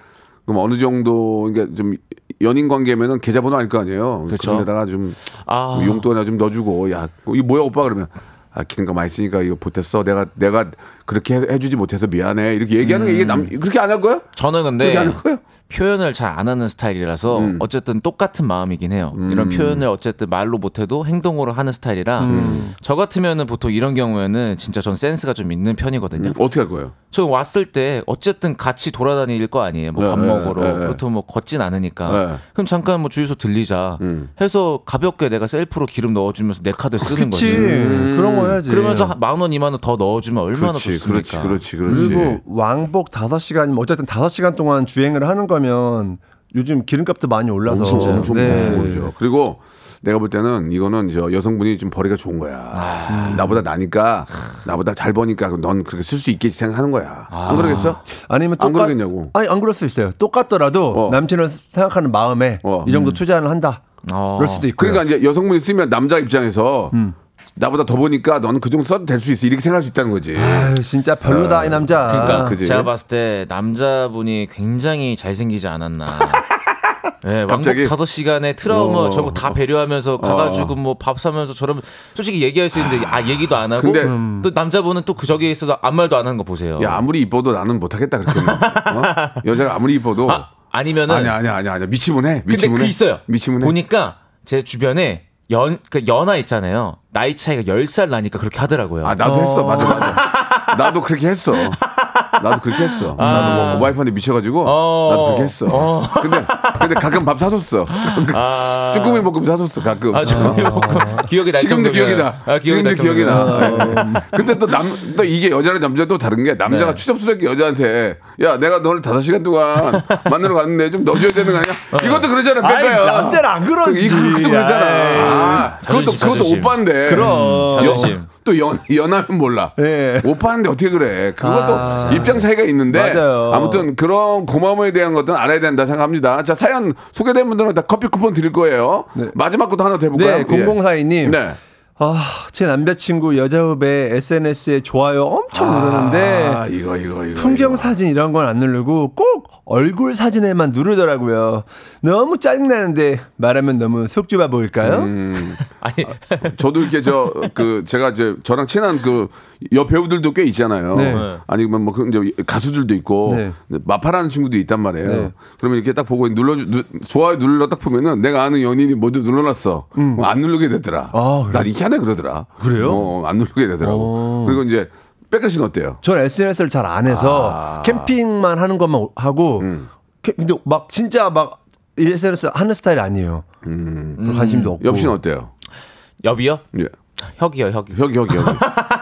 A: 그럼 어느 정도 그러니까 좀 연인 관계면은 계좌번호 알 거 아니에요.
G: 그렇죠.
A: 런 데다가 좀
G: 아.
A: 용돈이나 좀 넣어주고 야 이거 뭐야 오빠 그러면 아 기름값 많이 쓰니까 이거 보탰어 내가 내가 그렇게 해- 해주지 못해서 미안해 이렇게 얘기하는
G: 음.
A: 게 이게 남 그렇게 안 할 거야?
G: 저는 근데
A: 그렇게 안 할 거야?
G: 표현을 잘 안 하는 스타일이라서
A: 음.
G: 어쨌든 똑같은 마음이긴 해요. 이런 표현을 어쨌든 말로 못해도 행동으로 하는 스타일이라
A: 음.
G: 저 같으면은 보통 이런 경우에는 진짜 전 센스가 좀 있는 편이거든요.
A: 어떻게 할 거예요?
G: 저 왔을 때 어쨌든 같이 돌아다닐 거 아니에요. 뭐
A: 네,
G: 밥
A: 네,
G: 먹으러
A: 네, 네.
G: 그렇다고 뭐 걷진 않으니까.
A: 네.
G: 그럼 잠깐 뭐 주유소 들리자
A: 음.
G: 해서 가볍게 내가 셀프로 기름 넣어주면서 내 카드
C: 그치
G: 쓰는 거지.
C: 그런 거 해야지
G: 그러면서 한 만 원, 이만 원 더 넣어주면 얼마나
A: 예. 그렇지
G: 좋습니까?
A: 그렇지 그렇지 그렇지
C: 그리고 왕복 5시간이면 뭐 어쨌든 5시간 동안 주행을 하는 거면 요즘 기름값도 많이 올라서
A: 엄청 엄청
C: 네.
A: 엄청 모르죠. 그리고 내가 볼 때는 이거는 저 여성분이 좀 벌이가 좋은 거야.
G: 아.
A: 나보다 나니까 나보다 잘 버니까 넌 그렇게 쓸 수 있겠지 생각하는 거야.
G: 아.
A: 안 그러겠어?
C: 아니면
A: 안
C: 똑같
A: 그러겠냐고.
C: 아니 안 그럴 수 있어요. 똑같더라도
A: 어.
C: 남친을 생각하는 마음에
A: 어.
C: 이 정도 투자를 한다.
G: 어.
C: 그럴 수도 있고.
A: 그러니까 이제 여성분이 쓰면 남자 입장에서
G: 음.
A: 나보다 더 보니까 넌 그 정도 써도 될 수 있어 이렇게 생각할 수 있다는 거지.
C: 아유, 진짜 별로다 이 남자.
G: 그러니까
A: 아, 그지?
G: 제가 봤을 때 남자분이 굉장히 잘생기지 않았나. 예,
A: 갑자기?
G: 왕복 5시간에 트라우마
A: 어.
G: 저거 다 배려하면서 가가지고 뭐 밥 사면서 저런 솔직히 얘기할 수 있는데 아 얘기도 안 하고
A: 근데-
G: 또 남자분은 또 그 저기에 있어서 아무 말도 안 하는 거 보세요.
A: 야 아무리 이뻐도 나는 못하겠다 그렇게는. 어? 여자가 아무리 이뻐도
G: 아, 아니면은
A: 뭐. 아니 아니 아니 아니 미치면 해.
G: 근데
A: 미치면
G: 그
A: 해.
G: 있어요.
A: 미치면 해.
G: 보니까 제 주변에 연, 그 연하 있잖아요. 나이 차이가 10살 나니까 그렇게 하더라고요.
A: 아 나도 했어 맞아 맞아 나도 그렇게 했어 나도 그렇게 했어 나도 뭐 와이프한테 미쳐가지고
G: 아. 어.
A: 나도 그렇게 했어 근데 근데 가끔 밥 사줬어 쭈꾸미 볶음 사줬어 가끔
G: 아, 저 기억이 날
A: 지금도
G: 정도면-
A: 기억이 나.
G: 아, 기억이 날
A: 지금도 기억이
G: 정도면.
C: 네.
A: 나. 예. 근데 또 남, 또 이게 여자랑 남자 또 다른 게 남자가
G: 네.
A: 추접스럽게 여자한테 야 내가 너를 다섯 시간 동안 만나러 갔는데 좀 넣어줘야 되는 거 아니야? 이것도 그러잖아.
C: 아이,
A: 백가야.
C: 남자는 안 그러지.
A: 그, 그것도 그러잖아. 아, 그것도
G: 자존심,
A: 그것도
G: 자존심.
A: 오빠인데.
C: 그럼.
A: 여-
G: 자존심.
A: 또 연, 연하면 몰라.
C: 예.
A: 오빠인데 어떻게 그래. 그것도
C: 아.
A: 입장 차이가 있는데.
C: 맞아요.
A: 무튼 그런 고마움에 대한 것들은 알아야 된다 생각합니다. 자, 사연 소개된 분들은 다 커피 쿠폰 드릴 거예요. 마지막 것도 하나 더 해볼까요? 예.
C: 네, 0042님.
A: 네.
C: 아, 제 남자친구 여자 후배 SNS에 좋아요 엄청 누르는데
A: 아, 이거 이거 이거.
C: 풍경
A: 이거.
C: 사진 이런 건 안 누르고 꼭 얼굴 사진에만 누르더라고요. 너무 짜증나는데 말하면 너무 속 좁아 보일까요?
A: 음.
G: 아니,
A: 저도 이렇게 저 그 제가 이제 저랑 친한 그 여 배우들도 꽤 있잖아요.
C: 네.
A: 아니면 뭐 그 이제 가수들도 있고
C: 네.
A: 마파라는 친구도 있단 말이에요.
C: 네.
A: 그러면 이렇게 딱 보고 눌러 누, 좋아요 눌러 딱 보면은 내가 아는 연인이 먼저 눌러놨어. 그럼 안 누르게 되더라.
C: 음. 아, 그래요?
A: 난 이렇게 하네 그러더라.
C: 그래요?
A: 어, 안 누르게 되더라고. 그리고 이제 백가 씨는 어때요?
C: 전 SNS를 잘 안 해서
A: 아.
C: 캠핑만 하는 것만 하고
A: 음.
C: 캠- 근데 막 진짜 막 SNS 하는 스타일 아니에요.
A: 음.
C: 별 관심도 없고.
A: 엽 씨는 어때요?
G: 여비요?
A: 예.
G: 혁이요, 혁이.
A: 혁이 혁이 혁이.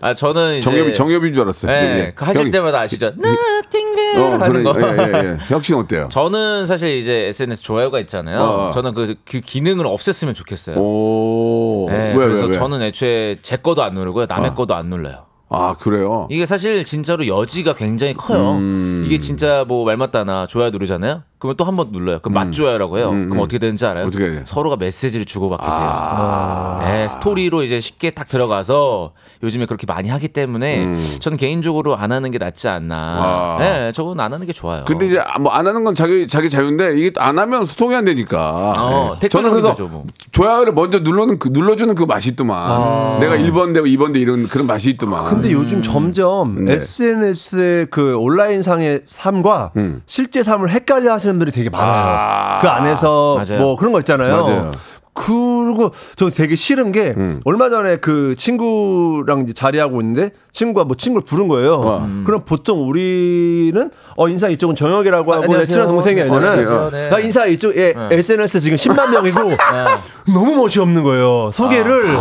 G: 아, 저는 이제
A: 정엽이 정엽인 줄 알았어요.
G: 예, 그 하실
A: 혁이.
G: 때마다 아시죠? Nothing there
A: 어,
G: 하는
A: 그래.
G: 거.
A: 예, 예, 예. 혁 씨는 어때요?
G: 저는 사실 이제 SNS 좋아요가 있잖아요.
A: 어.
G: 저는 그, 그 기능을 없앴으면 좋겠어요.
A: 오.
G: 예,
A: 왜,
G: 그래서
A: 왜, 왜?
G: 저는 애초에 제 거도 안 누르고요. 남의 거도 안 눌러요.
A: 아, 그래요?
G: 이게 사실 진짜로 여지가 굉장히 커요. 이게 진짜 뭐 말 맞다나 좋아요 누르잖아요. 그러면 또 한 번 눌러요. 그럼 맞좋아요라고 해요. 그럼 어떻게 되는지 알아요?
A: 어떻게 돼요?
G: 서로가 메시지를 주고받게 돼요. 네, 스토리로 이제 쉽게 딱 들어가서 요즘에 그렇게 많이 하기 때문에 저는 개인적으로 안 하는 게 낫지 않나.
A: 아.
G: 네, 저건 안 하는 게 좋아요.
A: 근데 이제 뭐 안 하는 건 자기 자기 자유인데 이게 또안 하면 소통이 안 되니까.
G: 어,
A: 예.
G: 댓글
A: 저는 그래서
G: 남기죠, 뭐.
A: 좋아요를 먼저 눌러는 그, 눌러주는 그 맛이 있더만.
G: 아.
A: 내가 1번 되고 2번 돼 이런 그런 맛이 있더만.
C: 근데
G: 음.
C: 요즘 점점
A: 네.
C: SNS의 그 온라인 상의 삶과
G: 음.
C: 실제 삶을 헷갈려 하시는 분들이 되게 많아요. 그 안에서
G: 맞아요.
C: 뭐 그런 거 있잖아요.
A: 맞아요.
C: 그리고 저 되게 싫은 게
G: 음.
C: 얼마 전에 그 친구랑 이제 자리하고 있는데 친구가 뭐 친구를 부른 거예요.
A: 어.
C: 그럼 보통 우리는 어 인사 이쪽은 정혁이라고 하고 내
G: 아, 안녕하세요.
C: 친한 동생이
G: 네,
C: 아니면은
G: 안녕하세요. 네.
C: 나 인사 이쪽 예, SNS 지금 10만 명이고
A: 네.
C: 너무 멋이 없는 거예요. 소개를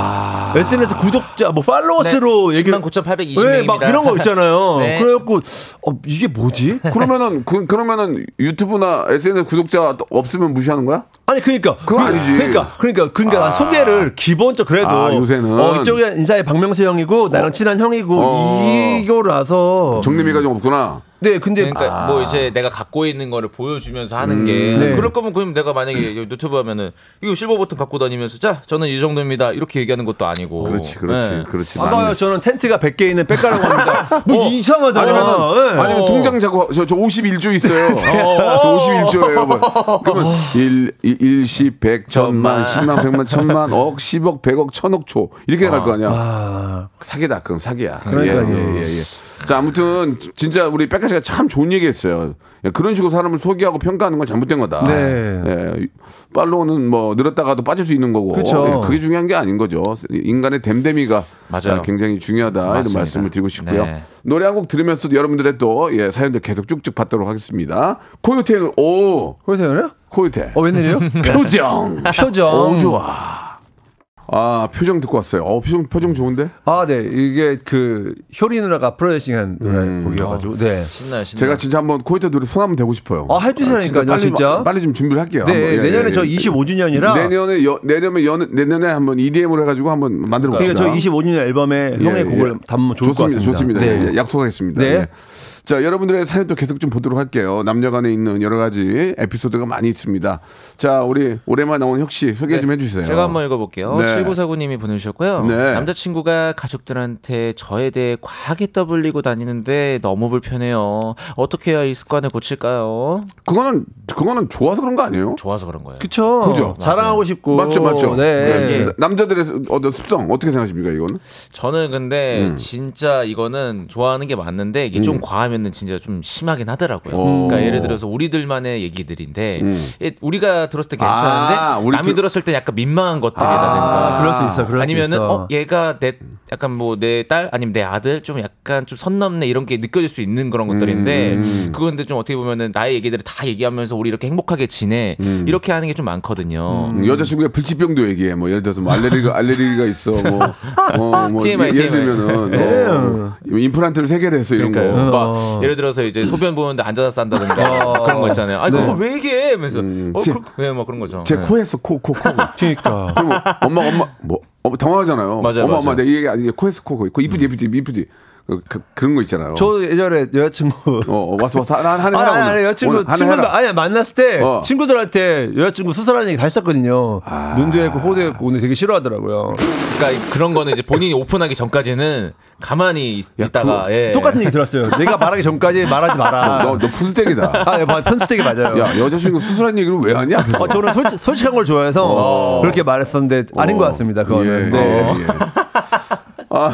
C: SNS 구독자 뭐 팔로워스로
G: 네,
C: 얘기를
G: 19,820
C: 예,
G: 명입니다.
C: 막 이런 거 있잖아요.
G: 네.
C: 그래갖고 어, 이게 뭐지?
A: 그러면은 그, 그러면은 유튜브나 SNS 구독자 또 없으면 무시하는 거야?
C: 아니 그러니까
A: 그건
C: 그-
A: 아니지.
C: 그러니까 그러니까 그러니까 소개를 기본적 그래도
A: 아, 요새는.
C: 어, 이쪽에 인사의 박명수 형이고 나랑 친한 형이고
A: 어.
C: 이거라서
A: 정리미가 좀 없구나.
C: 네 근데
A: 아.
G: 그러니까 뭐 이제 내가 갖고 있는 거를 보여주면서 하는
A: 음.
G: 게
C: 네.
G: 그럴 거면 그럼 내가 만약에 여기 유튜브 하면은 이거 실버 버튼 갖고 다니면서 자 저는 이 정도입니다 이렇게 얘기하는 것도 아니고
A: 그렇지, 그렇지,
G: 네.
A: 그렇지.
C: 봐봐요
A: 맞네.
C: 저는 텐트가 100개 있는 백가라고 합니다. 뭐
A: 어.
C: 이상하잖아.
A: 아니면
C: 네.
A: 어. 아니면 통장 자고 저, 저 51조 있어요. 어, 저 51조예요. 뭐.
C: 어.
A: 그러면 1 1 10 100 천만 10만 100만 천만 억 10억 100억 천억 초 이렇게 갈 거 아니야. 사기다. 그건 사기야.
C: 그러니까요.
A: 예, 예, 예, 예. 자, 아무튼 진짜 우리 백가 씨가 참 좋은 얘기했어요. 예, 그런 식으로 사람을 소개하고 평가하는 건 잘못된 거다.
C: 네.
A: 예, 팔로우는 뭐 늘었다가도 빠질 수 있는 거고.
C: 그쵸.
A: 예, 그게 중요한 게 아닌 거죠. 인간의 댐댐이가
G: 맞아요.
A: 아, 굉장히 중요하다. 이런
G: 맞습니다.
A: 말씀을 드리고 싶고요.
G: 네.
A: 노래 한 곡 들으면서 여러분들의 또 예, 사연들 계속 쭉쭉 받도록 하겠습니다. 코요태 오
C: 보세요,
A: 코요태
C: 어 웬일이에요?
A: 표정
C: 표정.
A: 오 좋아. 아 표정 듣고 왔어요. 어 표정 표정 좋은데?
C: 아, 네. 이게 그 효리 누나가
A: 음.
C: 프로듀싱한 노래 곡이어가지고. 네.
G: 신나 신나
A: 제가 진짜 한번 코요태 노래 손 한번 대고 싶어요.
C: 아, 해주시라니까요,
A: 빨리
C: 진짜.
A: 빨리 좀 준비를 할게요.
C: 네,
A: 한번. 예,
C: 내년에
A: 예,
C: 저
A: 예.
C: 25주년이라.
A: 내년에 여, 내년에 연 내년에 한번 EDM으로 해가지고 한번 만들어 봅시다.
C: 그러니까 저 25주년 앨범에
A: 예,
C: 형의
A: 예.
C: 곡을 담으면 좋을
A: 좋습니다.
C: 것 같습니다.
A: 좋습니다. 예, 예, 약속하겠습니다.
C: 네.
A: 예. 자, 여러분들의 사연 또 계속 좀 보도록 할게요. 남녀간에 있는 여러 가지 에피소드가 많이 있습니다. 자, 우리 오랜만에 나온 혁 씨 소개 좀 해주세요.
G: 네. 제가 한번 읽어볼게요.
A: 네.
G: 7949님이 보내주셨고요.
A: 네.
G: 남자친구가 가족들한테 저에 대해 과하게 떠벌리고 다니는데 너무 불편해요. 어떻게 해야 이 습관을 고칠까요?
A: 그거는 그거는 좋아서 그런 거 아니에요?
G: 좋아서 그런 거예요.
C: 그쵸.
A: 그죠?
C: 자랑하고 싶고.
A: 맞죠, 맞죠.
C: 네.
G: 예.
A: 네. 남자들의 습- 어떤 습성 어떻게 생각하십니까 이거는?
G: 저는 근데 진짜 이거는 좋아하는 게 맞는데 이게 좀 과하면은 진짜 좀 심하긴 하더라고요. 그러니까 예를 들어서 우리들만의 얘기들인데 예, 우리가 들었을 때 괜찮은데
A: 아, 우리
G: 남이
A: 들-
G: 들었을 때 약간 민망한 것들이라든가
C: 아, 그럴 수 있어, 그럴 수
G: 아니면은
C: 있어.
G: 어 얘가 내 약간 뭐 내 딸 아니면 내 아들 좀 약간 좀 선 넘네 이런 게 느껴질 수 있는 그런 것들인데 그건데 좀 어떻게 보면은 나의 얘기들을 다 얘기하면서 우리 이렇게 행복하게 지내 이렇게 하는 게 좀 많거든요.
A: 음, 여자친구의 불치병도 얘기해. 뭐 예를 들어서 뭐 알레르기가 알레르기가 있어. 뭐, 어, 뭐
G: TMI.
A: 예를
C: 네.
A: 들면은 어, 임플란트를 세 개를 했어 이런
G: 그러니까요.
A: 거. 어.
G: 막 예를 들어서 이제 소변 보는데 앉아서 싼다든가 그런 거 있잖아요. 아니 그거 왜 얘기해? 하면서 어,
A: 네. 음. 제-
G: 그, 왜, 막 그런 거죠.
A: 제
G: 네.
A: 코에서 코 코, 코.
C: 그러니까.
A: 그럼 엄마 엄마 뭐 어, 당황하잖아요.
G: 맞아요,
A: 엄마
G: 맞아요. 음.
A: 엄마 내 얘기 아니 코에스코 그 이쁘지 이쁘지 이쁘지 그, 런거 있잖아요.
C: 저 예전에 여자친구.
A: 어, 어 와서 와서 나 하는
C: 아니,
A: 해라
C: 아니, 아니,
A: 오늘.
C: 여자친구,
A: 오늘 하는
C: 친구들,
A: 해라.
C: 아니, 만났을 때,
A: 어.
C: 친구들한테 여자친구 수술하는 얘기 다 했었거든요.
A: 아.
C: 눈도 했고, 호도 했고, 근데 되게 싫어하더라고요.
G: 그러니까 그런 거는 이제 본인이 오픈하기 전까지는 가만히 있-
A: 야,
G: 있다가
A: 그거
G: 예.
C: 똑같은 얘기 들었어요. 내가 말하기 전까지 말하지 마라.
A: 너, 너 푸스tek이다.
C: 아, 예, 맞- 편수되게 맞아요.
A: 야 여자친구 수술한 얘기를 왜 하냐?
C: 어, 저는 솔직, 솔직한 걸 좋아해서 그렇게 말했었는데 아닌 것 같습니다. 그거는.
A: 어. 예,
C: 네.
A: 예, 예. 아,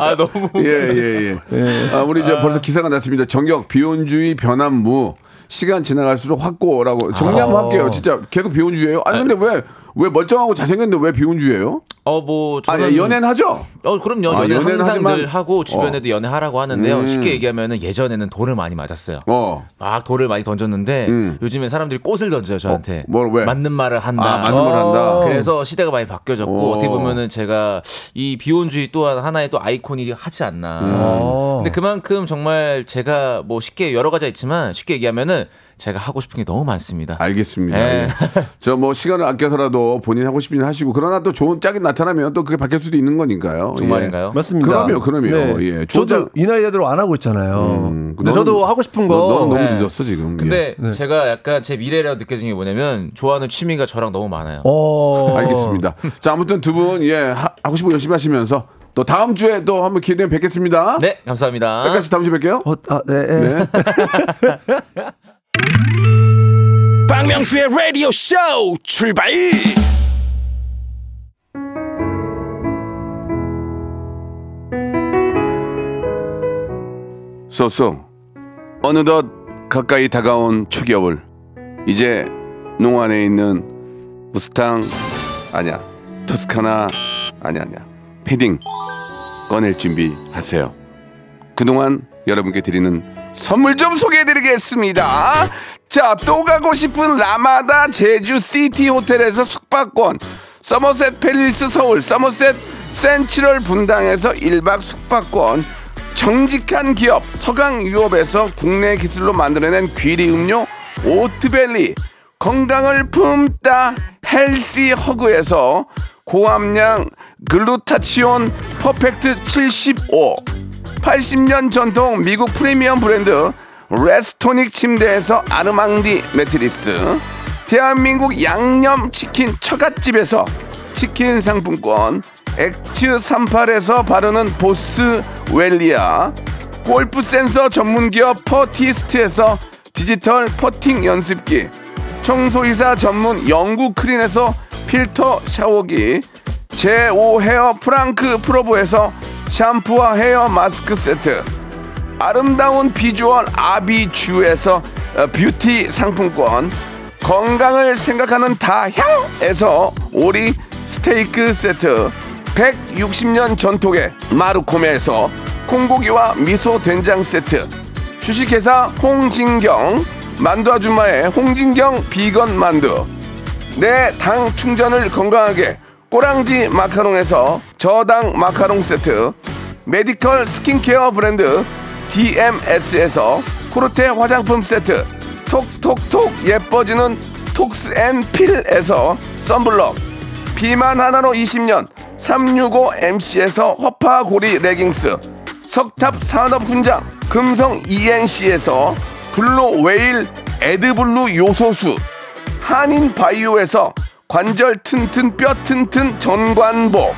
G: 아 너무
A: 예, 예, 예.
C: 네.
A: 아, 우리 저 벌써 기사가 났습니다. 정격, 비혼주의, 변함무. 시간 지나갈수록 확고라고 정리
C: 아.
A: 한번 할게요. 진짜 계속 비혼주의예요. 아니 근데 왜 왜 멀쩡하고 잘생겼는데 왜 비혼주의예요?
G: 어뭐
A: 아,
G: 저는
A: 연애는 하죠.
G: 어 그럼요
A: 아,
G: 연애
A: 연애는
G: 항상
A: 하지만- 어. 음.
G: 늘 하고 주변에도 연애하라고 하는데요. 쉽게 얘기하면은 예전에는 돌을 많이 맞았어요.
A: 어. 음.
G: 막 돌을 많이 던졌는데 요즘에 사람들이 꽃을 던져요 저한테.
A: 어, 뭘, 왜?
G: 맞는 말을 한다.
A: 아, 맞는 말 한다.
G: 네. 어. 그래서 시대가 많이 바뀌어졌고
A: 오.
G: 어떻게 보면은 제가 이 비혼주의 또한 하나의 또 아이콘이 하지 않나. 근데 그만큼 정말 제가 뭐 쉽게 여러 가지가 있지만 쉽게 얘기하면은 제가 하고 싶은 게 너무 많습니다.
A: 아, 알겠습니다.
G: 예.
A: 저 뭐 시간을 아껴서라도 본인 하고 싶은 일 하시고 그러나 또 좋은 짝이 나타나면 또 그게 바뀔 수도 있는 거니까요. 예.
G: 정말인가요?
C: 맞습니다. 네.
A: 그럼요, 그럼요. 예,
C: 저도
A: 조작-
C: 이 나이에 들어 안 하고 있잖아요.
A: 음,
C: 근데
A: 너는-
C: 저도 하고 싶은 거.
A: 너, 너는 너무
G: 네.
A: 늦었어 지금. 예.
G: 근데 제가 약간 제 미래라고 느껴지는 게 뭐냐면 좋아하는 취미가 저랑 너무 많아요.
C: 어.
A: 알겠습니다. 자 아무튼 두 분 예 하, 고 싶은 거 열심히 하시면서 또 다음 주에 또 한번 기회되면 뵙겠습니다.
G: 네, 감사합니다.
A: 끝까지 다음 주에 뵐게요.
C: 어, 아, 네. 예.
A: 네.
B: 박명수의 라디오 쇼 출발!
A: 소송 어느덧 가까이 다가온 추겨울 이제 농안에 있는 우스탕 아니야 토스카나 아니야 아니야 패딩 꺼낼 준비하세요. 그동안 여러분께 드리는 선물 좀 소개해드리겠습니다. 자, 또 가고 싶은 라마다 제주 시티 호텔에서 숙박권, 서머셋 팰리스 서울, 서머셋 센트럴 분당에서 1박 숙박권, 정직한 기업 서강유업에서 국내 기술로 만들어낸 귀리 음료 오트벨리, 건강을 품다 헬시 허그에서 고함량 글루타치온 퍼펙트 75 80년 전통 미국 프리미엄 브랜드 레스토닉 침대에서 아르망디 매트리스 대한민국 양념치킨 처갓집에서 치킨 상품권 액츠 38에서 바르는 보스 웰리아 골프 센서 전문기업 퍼티스트에서 디지털 퍼팅 연습기 청소이사 전문 영구 크린에서 필터 샤워기 제5 헤어 프랑크 프로보에서 샴푸와 헤어 마스크 세트 아름다운 비주얼 아비주에서 어, 뷰티 상품권 건강을 생각하는 다향에서 오리 스테이크 세트 160년 전통의 마루코메에서 콩고기와 미소 된장 세트 주식회사 홍진경 만두 아줌마의 홍진경 비건 만두 내 당 충전을 건강하게 꼬랑지 마카롱에서 저당 마카롱 세트 메디컬 스킨케어 브랜드 DMS에서 코르테 화장품 세트 톡톡톡 예뻐지는 톡스앤필에서 썬블럭 비만 하나로 20년 365MC에서 허파고리 레깅스 석탑 산업훈장 금성 ENC에서 블루웨일 에드블루 요소수 한인바이오에서 관절 튼튼 뼈 튼튼 전관보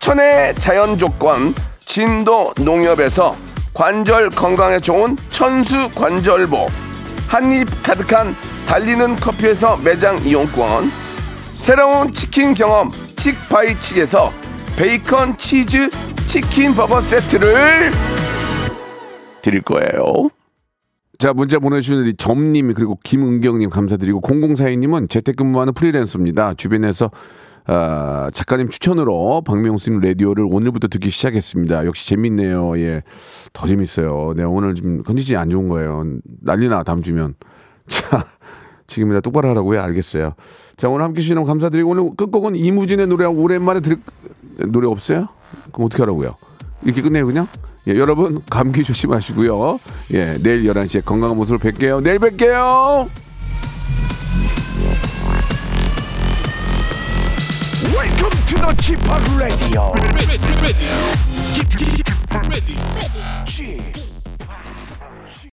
A: 천혜 자연 조건 진도 농협에서 관절 건강에 좋은 천수 관절보 한입 가득한 달리는 커피에서 매장 이용권 새로운 치킨 경험 칙바이칙에서 베이컨 치즈 치킨 버거 세트를 드릴 거예요. 자 문자 보내주신 우리 점님 그리고 김은경님 감사드리고 0042님은 재택근무하는 프리랜서입니다. 주변에서 아, 작가님 추천으로 박명수님 라디오를 오늘부터 듣기 시작했습니다. 역시 재밌네요. 예, 더 재밌어요. 네 오늘 좀 컨디션이 안 좋은 거예요. 난리나 다음 주면 자 지금이라 똑바로 하라고요. 알겠어요. 자 오늘 함께 해주시 너무 감사드리고 오늘 끝곡은 이무진의 노래 오랜만에 들 노래 없어요? 그럼 어떻게 하라고요? 이렇게 끝내요 그냥? 예, 여러분 감기 조심하시고요. 예, 내일 11시에 건강한 모습으로 뵐게요. 내일 뵐게요.
B: Welcome to the Chip Radio.
F: ready, ready, ready, ready, ready.
B: Chip.